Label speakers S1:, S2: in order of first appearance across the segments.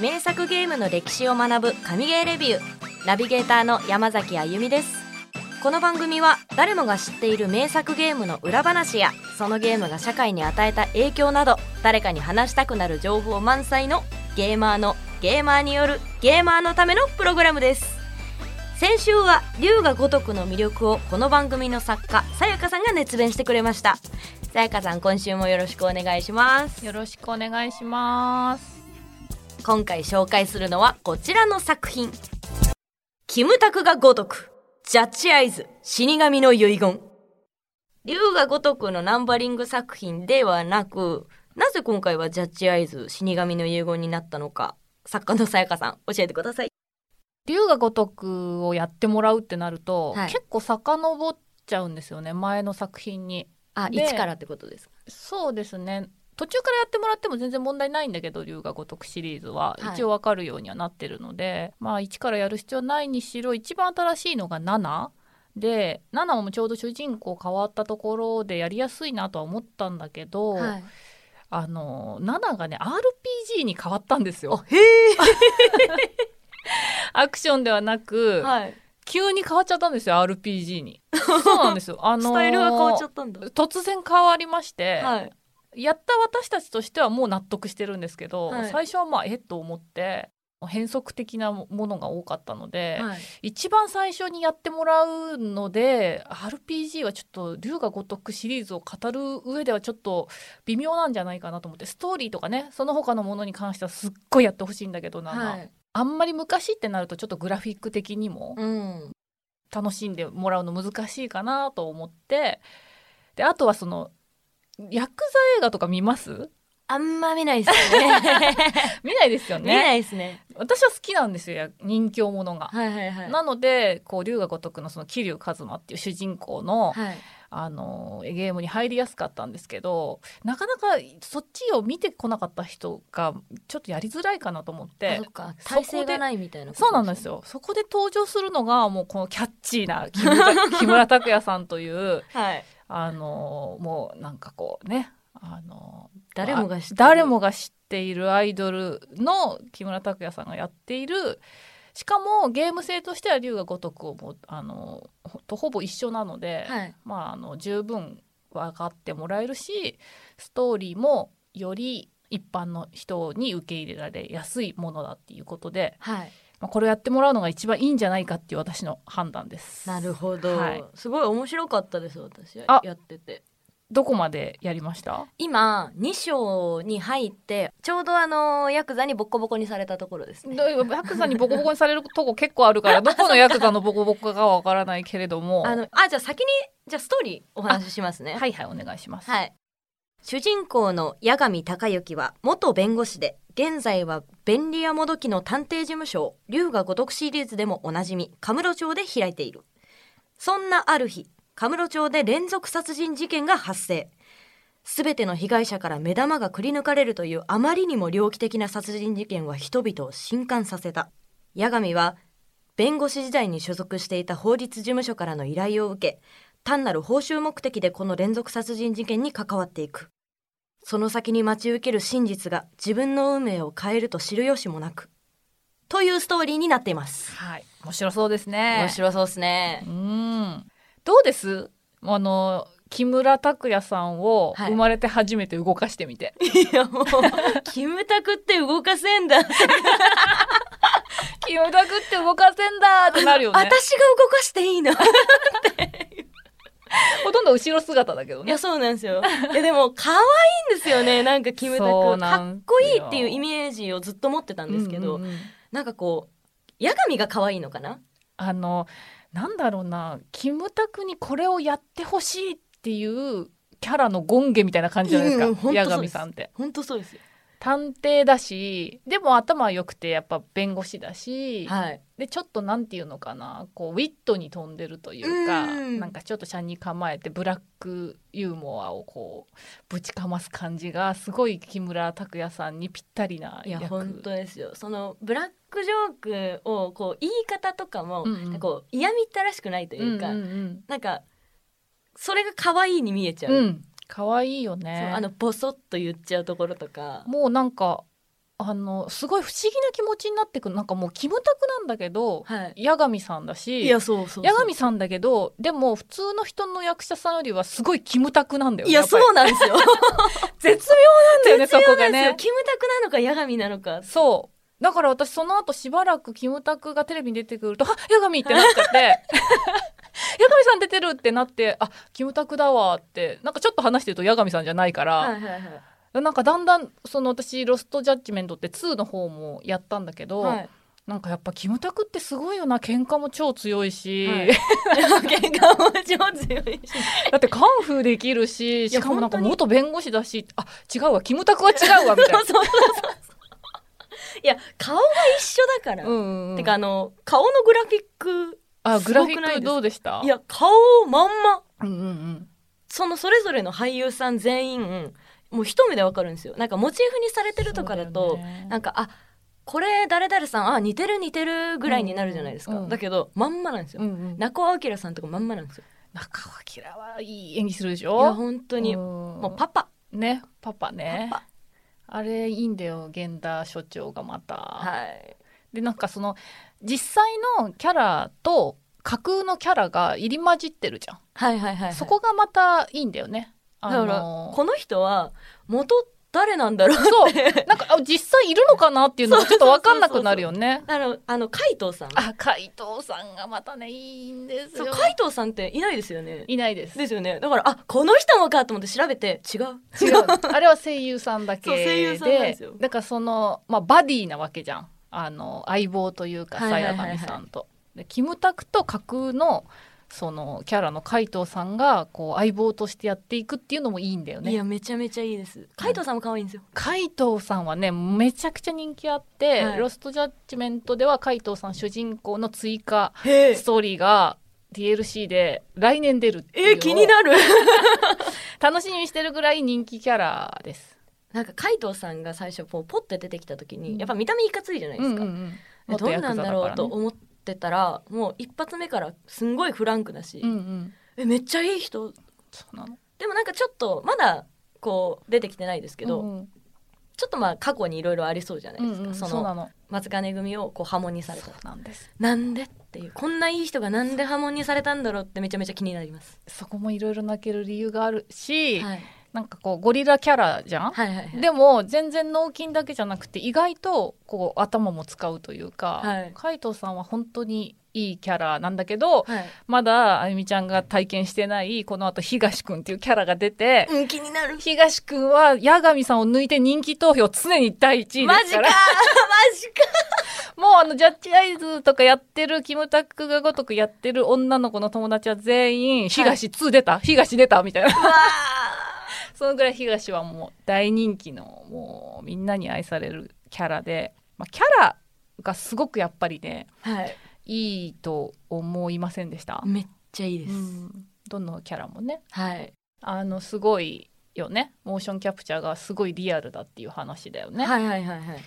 S1: 名作ゲームの歴史を学ぶ神ゲーレビューナビゲーターの山崎あゆみですこの番組は誰もが知っている名作ゲームの裏話やそのゲームが社会に与えた影響など誰かに話したくなる情報満載のゲーマーのゲーマーによるゲーマーのためのプログラムです先週は龍が如くの魅力をこの番組の作家さやかさんが熱弁してくれましたさやかさん今週もよろしくお願いします
S2: よろしくお願いします
S1: 今回紹介するのはこちらの作品キムタクが如くジャッジアイズ死神の遺言龍が如くのナンバリング作品ではなくなぜ今回はジャッジアイズ死神の遺言になったのか作家のさやかさん教えてください
S2: 龍が如くをやってもらうってなると、
S1: はい
S2: 結構遡っちゃうんですよね前の作品に
S1: あ
S2: で
S1: 一からってことですか
S2: そうですね途中からやってもらっても全然問題ないんだけど龍が如くシリーズは
S1: はい
S2: 一応わかるようにはなってるので、まあ1からやる必要はないにしろ一番新しいのが7で7もちょうど主人公変わったところでやりやすいなとは思ったんだけど、
S1: はい
S2: あの7がね RPG に変わったんですよ。
S1: へえ
S2: アクションではなく、
S1: はい
S2: 急に変わっちゃったんですよ RPG にそうなんですよあのー
S1: スタイルが変わっちゃったんだ
S2: 突然変わりまして、
S1: はい
S2: やった私たちとしてはもう納得してるんですけど、
S1: はい
S2: 最初はまあえっと思って変則的なものが多かったので、
S1: はい
S2: 一番最初にやってもらうので RPG はちょっと龍が如くシリーズを語る上ではちょっと微妙なんじゃないかなと思ってストーリーとかねその他のものに関してはすっごいやってほしいんだけどなんか、
S1: はい
S2: あんまり昔ってなるとちょっとグラフィック的にも
S1: うん
S2: 楽しんでもらうの難しいかなと思ってであとはそのヤクザ映画とか見ます
S1: あんま見ないですね
S2: 見ないです よ
S1: 見な
S2: ね
S1: いです ね
S2: 私は好きなんですよや人気ものが、
S1: はいはいはい
S2: なのでこう龍が如くのその桐生一馬っていう主人公の、
S1: はい
S2: あのゲームに入りやすかったんですけどなかなかそっちを見てこなかった人がちょっとやりづらいかなと思っ
S1: あ
S2: て
S1: そっか体勢がないみたいなこと
S2: そうなんですよそこで登場するのがもうこのキャッチーな木村木村拓哉さんという
S1: はい
S2: あのもうなんかこうねあの
S1: 誰もが知ってる
S2: 誰もが知っているアイドルの木村拓哉さんがやっているしかもゲーム性としては龍が如くをもうあのほとほぼ一緒なので、
S1: はい
S2: まああの十分分かってもらえるしストーリーもより一般の人に受け入れられやすいものだっていうことで、
S1: はい
S2: まあ、これをやってもらうのが一番いいんじゃないかっていう私の判断です。
S1: なるほど、
S2: はい
S1: すごい面白かったです私や
S2: あ
S1: ってて
S2: どこまでやりました
S1: 今2章に入ってちょうどあのヤクザにボッコボコにされたところですね
S2: どういうヤクザにボコボコにされるとこ結構あるからどこのヤクザのボコボコかはわからないけれども
S1: あのあじゃあ先にじゃあストーリーお話ししますね
S2: はいはいお願いします。
S1: はい。主人公の八神隆之は元弁護士で、現在は便利屋もどきの探偵事務所を、龍が如くシリーズでもおなじみ、カムロ町で開いている。そんなある日、カムロ町で連続殺人事件が発生。すべての被害者から目玉がくり抜かれるというあまりにも猟奇的な殺人事件は人々を震撼させた。八神は、弁護士時代に所属していた法律事務所からの依頼を受け、単なる報酬目的でこの連続殺人事件に関わっていくその先に待ち受ける真実が自分の運命を変えると知る由もなくというストーリーになっています
S2: はい面白そうですね。
S1: 面白そうですね
S2: うんどうですあの木村拓哉さんを
S1: はい
S2: 生まれて初めて動かしてみて、
S1: いやもうキムタクって動かせんだ、
S2: キムタクって動かせんだーってなるよ
S1: 私が動
S2: ね
S1: かしていいのい
S2: ほとんど後ろ姿だけどね
S1: やそうなんですよいやでも可愛いんですよねなんかキムタ
S2: そう
S1: ク
S2: な
S1: か
S2: んですよ
S1: っこいいっていうイメージをずっと持ってたんですけど、
S2: うんうんうん
S1: なんかこう八神が可愛いのかな
S2: あのなんだろうなキムタクにこれをやってほしいっていうキャラの権下みたいな感じじゃないですか、
S1: うんうんほんとそう
S2: 八
S1: です
S2: 神さんって
S1: 本当そうですよ
S2: 探偵だしでも頭は良くてやっぱ弁護士だし、
S1: はい
S2: でちょっとなんていうのかなこうウィットに飛んでるというか
S1: うん
S2: なんかちょっと車に構えてブラックユーモアをこうぶちかます感じがすごい木村拓哉さんにぴったりない
S1: や
S2: 役
S1: 本当ですよそのブラックジョークをこう言い方とかも、
S2: うんうん
S1: なんかこう嫌みったらしくないというか、
S2: うんうん
S1: なんかそれが可愛いに見えちゃ
S2: う
S1: う,、
S2: んうん可愛いよ
S1: そう
S2: ね
S1: あのボソッと言っちゃうところとか
S2: もうなんかあのすごい不思議な気持ちになってくるなんかもうキムタクなんだけど
S1: はい。
S2: 八神さんだし
S1: いや、そうそうそう。
S2: 八神さんだけどでも普通の人の役者さんよりはすごいキムタクなんだよ
S1: い
S2: ね
S1: や、
S2: っぱり
S1: そうなんですよ。
S2: 絶妙なんだよねそこ
S1: で
S2: が
S1: すよ
S2: ね
S1: キムタクなのか、ヤガミなのか。
S2: そうだから私その後しばらくキムタクがテレビに出てくると「あ八神!」ってなっちゃって 「八神さん出てる!」ってなって「あキムタクだわ」ってなんかちょっと話してると八神さんじゃないから、
S1: はいはいはい。
S2: なんかだんだんその私「ロスト・ジャッジメント」って2の方もやったんだけど、
S1: はい。
S2: なんかやっぱキムタクってすごいよな喧嘩も超強いし、
S1: はい喧嘩も上手より。
S2: だってカンフーできるし
S1: いや
S2: しかもなんか
S1: 本当に。
S2: 元弁護士だしあ違うわキムタクは違うわみたいな
S1: そうそうそういや顔が一緒だから、
S2: うんうん
S1: てかあの顔のグラフィック
S2: あグラフィ
S1: すごくないです
S2: ックどうでした
S1: いや顔まんま
S2: うんうんうん
S1: そのそれぞれの俳優さん全員もう一目でわかるんですよなんかモチーフにされてるとかだ
S2: そ
S1: と
S2: うよね
S1: なんかあこれ誰々さんあ似てる似てるぐらいになるじゃないですか、
S2: うんうん
S1: だけどまんまなんですよ、
S2: うんうん
S1: 中尾明さんとかまんまなんですよ
S2: 中尾明はいい演技するでし
S1: いや
S2: ょ
S1: 本当にも
S2: も
S1: うパパ
S2: ねパパね
S1: パ
S2: あれいいんだよ源田所長がまた、
S1: パはい
S2: でなんかその実際のキャラと架空のキャラが入り混じってるじゃん、
S1: はいはいはいはい
S2: そこがまたいいんだよねあ
S1: だから、
S2: の
S1: この人は元誰なんだろう
S2: そう
S1: って
S2: なんかあ実際いるのかなっていうのがちょっと分かんなくなるよね
S1: あのあの海藤さん
S2: あ海藤さんがまたねいいんです
S1: そう
S2: よ
S1: 海藤さんっていないですよね
S2: いないです
S1: ですよねだからあこの人もかと思って調べて違う
S2: 違うあれは声優さんだけ
S1: そう
S2: で
S1: 声優さんなんですよ
S2: だからその、まあ、バディなわけじゃんあの相棒というか
S1: はい
S2: さ
S1: はいは
S2: や
S1: い
S2: がみさんと。でキムタクと架空のそのキャラの海藤さんがこう相棒としてやっていくっていうのもいいんだよ
S1: い
S2: ね。
S1: やめちゃめちゃいいです海藤さんも可愛いんですよ、
S2: 海藤さんはねめちゃくちゃ人気あって「
S1: はい
S2: ロスト・ジャッジメント」では海藤さん主人公の追加
S1: へ
S2: ストーリーが DLC で来年出るっていう
S1: え気に
S2: る
S1: なる
S2: 楽しみにしてるぐらい人気キャラです。
S1: なんか海藤さんが最初こうポッて出てきた時に、
S2: うん
S1: やっぱ見た目いかついじゃないですか、
S2: うんうんうん
S1: でどうなんだろうと
S2: 元
S1: 思
S2: ヤクザからね
S1: ってたらもう一発目からすんごいフランクだし、
S2: うんうん、
S1: えめっちゃいい人
S2: そうなの
S1: でもなんかちょっとまだこう出てきてないですけど、
S2: うんうん
S1: ちょっとまあ過去にいろいろありそうじゃないですか、
S2: うんうん
S1: そ
S2: そう
S1: の
S2: なの
S1: 松金組をこう破門にされた
S2: そうなんです
S1: なんでっていうこんないい人がなんで破門にされたんだろうってめちゃめちゃ気になります、
S2: そこもいろいろ泣ける理由があるし、
S1: はい、
S2: なんかこうゴリラキャラじゃん、
S1: はいはいはい
S2: でも全然脳筋だけじゃなくて意外とこう頭も使うというか、
S1: はい
S2: 海藤さんは本当にいいキャラなんだけど、
S1: はい
S2: まだあゆみちゃんが体験してないこの後東くんっていうキャラが出て、
S1: うん気になる
S2: 東くんは八神さんを抜いて人気投票常に第一位で
S1: マジ
S2: すか
S1: かマ
S2: ら
S1: ジか
S2: もうあのジャッジアイズとかやってるキムタクがごとくやってる女の子の友達は全員東2出た、東出たみたいな
S1: うわ
S2: そのぐらい東はもう大人気のもうみんなに愛されるキャラで、まあ、キャラがすごくやっぱりね
S1: ーはい
S2: いいと思いませんでした、
S1: めっちゃいいです、
S2: うんどのキャラもね
S1: はい、
S2: あのすごいよねモーションキャプチャーがすごいリアルだっていう話だよね、
S1: はいはいはいはい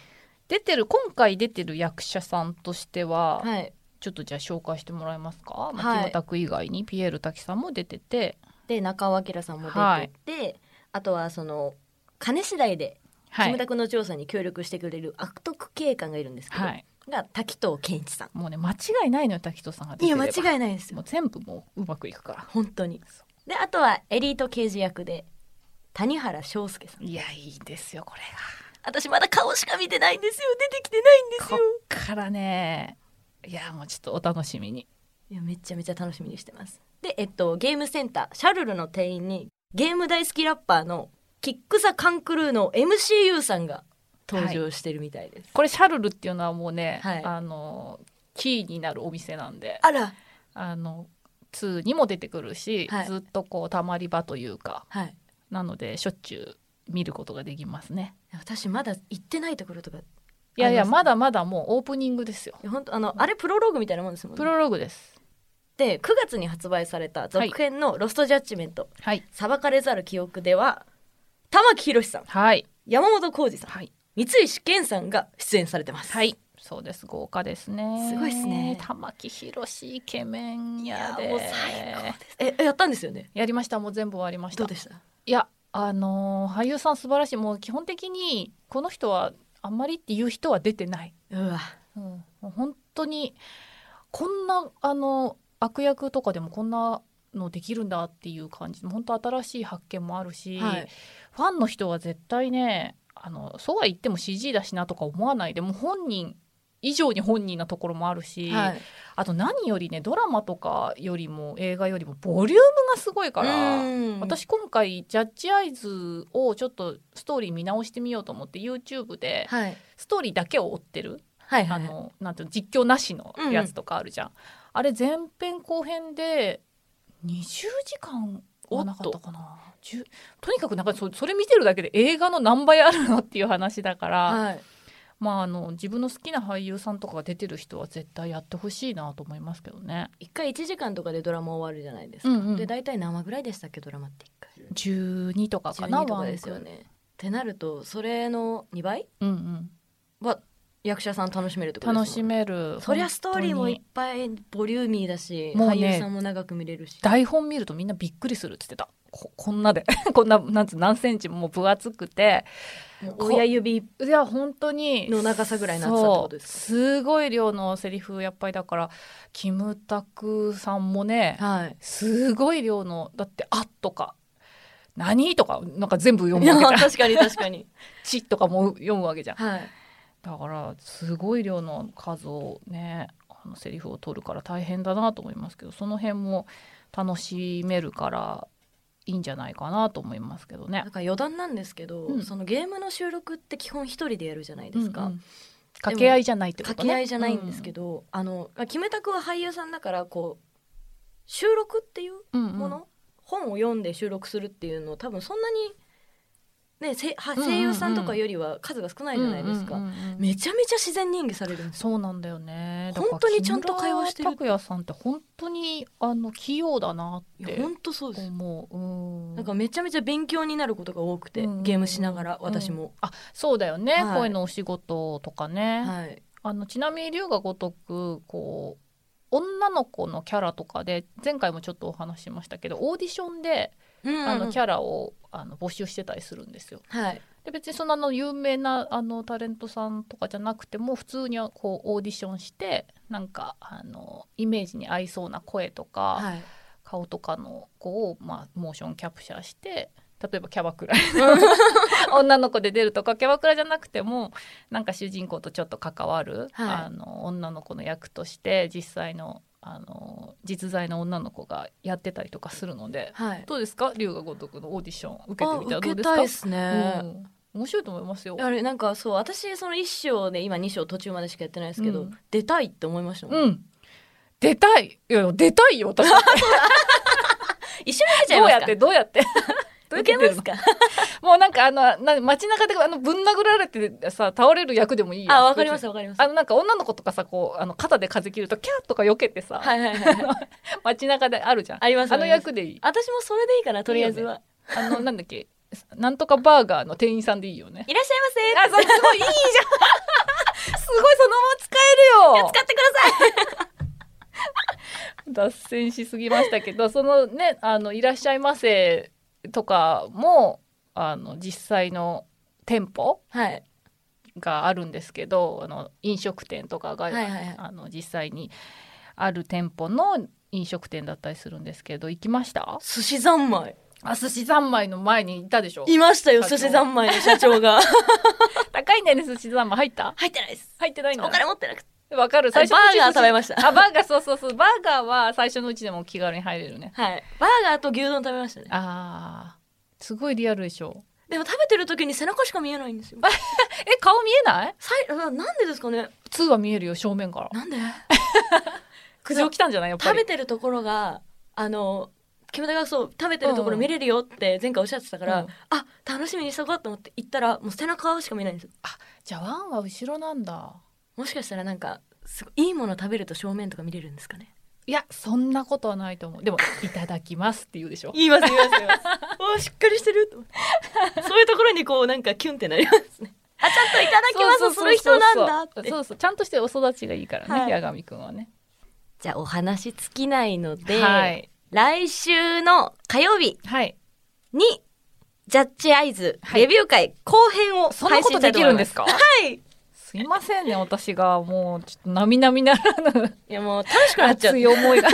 S2: 出てる今回出てる役者さんとしては、
S1: はい
S2: ちょっとじゃあ紹介してもらえますか、まあ
S1: はい
S2: キムタク以外にピエール滝さんも出てて
S1: で中尾明さんも出てて、あとはその金次第で
S2: は
S1: キム
S2: い
S1: タ、クの調査に協力してくれる悪徳警官がいるんですけど、
S2: はい、
S1: が滝藤健一さん
S2: もうね間違いないのよ滝藤さんが出
S1: い
S2: てれ
S1: や
S2: ば
S1: 間違いないですよ
S2: もう全部もううまくいくから
S1: 本当に
S2: そ
S1: であとはエリート刑事役で谷原章介さん
S2: いやいいんですよこれ
S1: 私まだ顔しか見てないんですよ出てきてないんで
S2: が
S1: す
S2: こ
S1: よ
S2: っからねいやもうちょっとお楽しみに
S1: いやめちゃめちゃ楽しみにしてますでえっとゲームセンターシャルルの店員にゲーム大好きラッパーのキック・ザ・カンクルーの MCU さんが登場してるみたいです、
S2: これシャルルっていうのはもうね、
S1: はい
S2: あのキーになるお店なんで
S1: あら
S2: あの2にも出てくるし、
S1: はい
S2: ずっとこうたまり場というか
S1: はい
S2: なのでしょっちゅう見ることができますね
S1: 私まだ行ってないところとかい
S2: いやいや
S1: あります
S2: まだまだもうオープニングですよ
S1: や本当あのあれプロローグみたいなもんですもん
S2: プ
S1: ね
S2: ロローグです
S1: で9月に発売された続編の「ロスト・ジャッジメント、
S2: はい
S1: 裁かれざる記憶」では玉木宏さん
S2: はい
S1: 山本浩二さん
S2: はい
S1: 三石健さんが出演されてます。
S2: はいそうです豪華ですね
S1: すごいっすね
S2: 玉木宏イケメン
S1: い
S2: や
S1: や
S2: で
S1: もう最高です。ええやったんですよね。
S2: やりましたもう全部終わりました
S1: どうでした？
S2: いやあのー俳優さん素晴らしいもう基本的にこの人はあんまりっていう人は出てない、
S1: うわ
S2: うん、もう本当にこんなあの悪役とかでもこんなのできるんだっていう感じ本当新しい発見もあるし、
S1: はい
S2: ファンの人は絶対ねあのそうは言っても CG だしなとか思わないでもう本人以上に本人なところもあるし、
S1: はい
S2: あと何よりねドラマとかよりも映画よりもボリュームがすごいから。
S1: うん
S2: 私今回ジャッジアイズをちょっとストーリー見直してみようと思って YouTube で
S1: はい
S2: ストーリーだけを追ってる、
S1: はいはい
S2: あのなんていうの実況なしのやつとかあるじゃん、あれ前編後編で20時間はなかったかな10とにかくなんかそそれ見てるだけで映画の何倍あるのっていう話だから、
S1: はい
S2: まああの自分の好きな俳優さんとかが出てる人は絶対やってほしいなと思いますけどね。
S1: 一回一時間とかでドラマ終わるじゃないですか、
S2: うんうん
S1: で大体何話ぐらいでしたっけドラマって一回
S2: 12とかかな
S1: 12とかですよねってなるとそれの2倍
S2: ワンクールうん
S1: は役者さん楽しめるってこ
S2: う
S1: と
S2: ん、
S1: で
S2: 楽
S1: す
S2: し
S1: もんね
S2: める
S1: そりゃストーリーも
S2: 本当
S1: い
S2: に
S1: っぱいボリューミーだし、
S2: もうね
S1: 俳優さんも長く見れるし
S2: 台本見るとみんなびっくりするって言ってたここんなで こんななんつう何センチももう分厚くて
S1: もう親指
S2: いや本当に
S1: の長さぐらいの厚さってことですか
S2: そうすごい量のセリフやっぱりだからキムタクさんもね
S1: はい
S2: すごい量のだって「あ」とか「何?」とかなんか全部読
S1: い
S2: む
S1: や
S2: わけじ ゃん
S1: 確かに確かに
S2: 「ち」とかも読むわけじゃん
S1: はい
S2: だからすごい量の数をねあのセリフを取るから大変だなと思いますけどその辺も楽しめるからいいんじゃないかなと思いますけどね
S1: な。んか余談なんですけど、
S2: うん
S1: そのゲームの収録って基本一人でやるじゃないですか、
S2: うんうん掛け合いじゃないってことね。
S1: 掛け合いじゃないんですけ
S2: ど、
S1: ど、あのまあキムタクは俳優さんだからこう収録っていう
S2: うんうん
S1: もの、本を読んで収録するっていうのを多分そんなに、ね、せは
S2: うんうんうん
S1: 声優さんとかよりは数が少ないじゃないですか、
S2: うんうんうんうん
S1: めちゃめちゃ自然演技されるんです
S2: そうなんだよね。
S1: 本当にちゃんと会話してる
S2: だから木村拓哉さんって本当にあの器用だなっ
S1: いや
S2: て
S1: 本当そうです
S2: 思う。うん
S1: なんかめちゃめちゃ勉強になることが多くて、
S2: うん
S1: ゲームしながら私も、
S2: あそうだよね、
S1: はい
S2: 声のお仕事とかね。
S1: はい
S2: あのちなみに龍が如くこう女の子のキャラとかで前回もちょっとお話ししましたけどオーディションで
S1: うんうんうん
S2: あのキャラをあの募集してたりするんですよ。
S1: はい
S2: で別にそんなの有名なあのタレントさんとかじゃなくても普通にこうオーディションしてなんかあのイメージに合いそうな声とか、
S1: はい
S2: 顔とかの子を、まあ、モーションキャプチャーして例えばキャ バクラ女の子で出るとかキャバクラじゃなくてもなんか主人公とちょっと関わる、
S1: はい
S2: あの女の子の役として実際のあの実在の女の子がやってたりとかするので
S1: はい
S2: どうですか龍が如くのオーディション受けて
S1: あ
S2: みたら
S1: 受
S2: ど
S1: け
S2: うです
S1: たい
S2: か
S1: ですね、
S2: うん面白いと思いますよ。
S1: あれなんかそう私その1章で今2章途中までしかやってないですけど、
S2: うん
S1: 出たいって思いましたもん、
S2: うん出たいいや出たいよ 私ど
S1: 一緒に出ちゃいうます
S2: や
S1: か
S2: ってどうやって どう
S1: 受
S2: やって
S1: け
S2: 出
S1: ま
S2: るの
S1: すか
S2: もうなんかあのな街中であのぶん殴られてさ倒れる役でもいいよ
S1: あわかりますわかります
S2: あのなんか女の子とかさこうあの肩で風切るとキャーとか避けてさ、
S1: はいはいはいはい
S2: 街中であるじゃん
S1: あります
S2: あの役でいい
S1: 私もそれでいいかなとりあえずは
S2: あのなんだっけなんとかバーガーの店員さんでいいよね
S1: いらっしゃいま
S2: あ
S1: せ
S2: そうすごいいいじ ゃんすごいそのまま使えるよ
S1: 使ってください
S2: 脱線しすぎましたけどそのねあの「いらっしゃいませ」とかもあの実際の店舗
S1: はい
S2: があるんですけどあの飲食店とかが、
S1: はいはいはい
S2: あの実際にある店舗の飲食店だったりするんですけど行きました
S1: 寿司三昧
S2: あ寿司三昧の前にいたでしょ
S1: いましたよ
S2: 社長
S1: 寿司三昧の社長が
S2: 高いんだよね寿司三昧 入った
S1: 入ってないです
S2: 入ってないんだ
S1: お金持ってなくて
S2: わかる
S1: バ
S2: 最
S1: ー
S2: 初のうち
S1: ガー
S2: 寿司
S1: 食べました
S2: あバーガーそうそうそうバーガーは最初のうちでも気軽に入れるね
S1: はいバーガーと牛丼食べましたね
S2: あーすごいリアルでしょ
S1: でも食べてる時に背中しか見えないんですよ
S2: え顔見えない
S1: さいななんでですかね
S2: 2は見えるよ正面から
S1: なんで
S2: 苦情来たんじゃないやっぱ
S1: 食
S2: り
S1: べてるところがあのキムタクがそう食べてるところ見れるよって前回おっしゃってたから、
S2: うん
S1: あ楽しみにしとこうと思って行ったらもう背中しか見えないんですよ
S2: じゃあワンは後ろなんだ
S1: もしかしたらなんかすごいいいもの食べると正面とか見れるんですかね
S2: いやそんなことはないと思うでも 「いただきます」って言うでしょ
S1: 言います言います言います おーしっかりしてると思ってそういうところにこうなんかキュンってなりますねあちゃんといただきますする人なんだって
S2: そうそうちゃんとしてお育ちがいいからね、
S1: はい
S2: 八神くんはね
S1: じゃあお話尽きないので、
S2: はい
S1: 来週の火曜日
S2: はい
S1: にジャッジアイズ、
S2: はい
S1: レビュー会後編を
S2: そんな
S1: 配
S2: こ
S1: 信
S2: と
S1: したいと
S2: でき
S1: 思い
S2: るん
S1: ま。
S2: ですすか
S1: はい。い
S2: すいませんね、私がもうちょっと並々ならぬ
S1: やもう楽しくなっちゃう。
S2: 熱
S1: 語
S2: い思いが
S1: り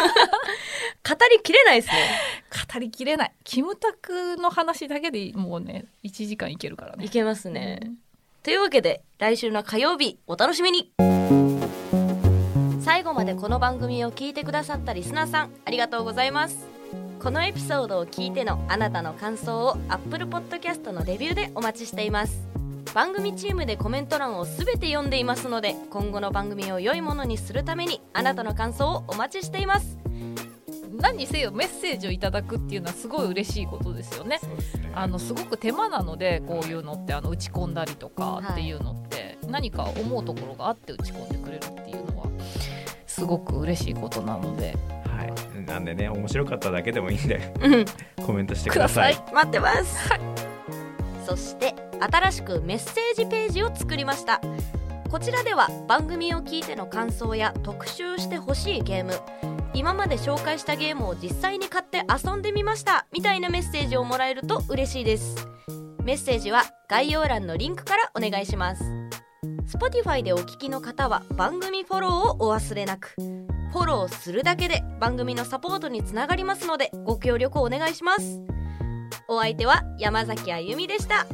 S1: きれないですね。
S2: 語りきれない。キムタクの話だけでもうね、1時間いけるからね
S1: い。けますね。というわけで来週の火曜日お楽しみに最後までこの番組を聞いてくださったリスナーさんありがとうございますこのエピソードを聞いてのあなたの感想を Apple Podcast のレビューでお待ちしています番組チームでコメント欄をすべて読んでいますので今後の番組を良いものにするためにあなたの感想をお待ちしています
S2: うん何にせよメッセージをいただくっていうのはすごい嬉しいことですよね。
S3: そうですね。
S2: あのすごく手間なのでこういうのってあの打ち込んだりとかっていうのって何か思うところがあって打ち込んでくれるっていうのはすごく嬉しいことなので
S3: はい。なんでね、面白かっただけでもいいんで、
S1: うん
S3: コメントしてください。
S2: く
S1: 待ってます、そして新しくメッセージページを作りましたこちらでは番組を聞いての感想や特集してほしいゲーム今まで紹介したゲームを実際に買って遊んでみましたみたいなメッセージをもらえると嬉しいですメッセージは概要欄のリンクからお願いします Spotify でお聞きの方は番組フォローをお忘れなくフォローするだけで番組のサポートにつながりますのでご協力をお願いしますお相手は山崎あゆみでした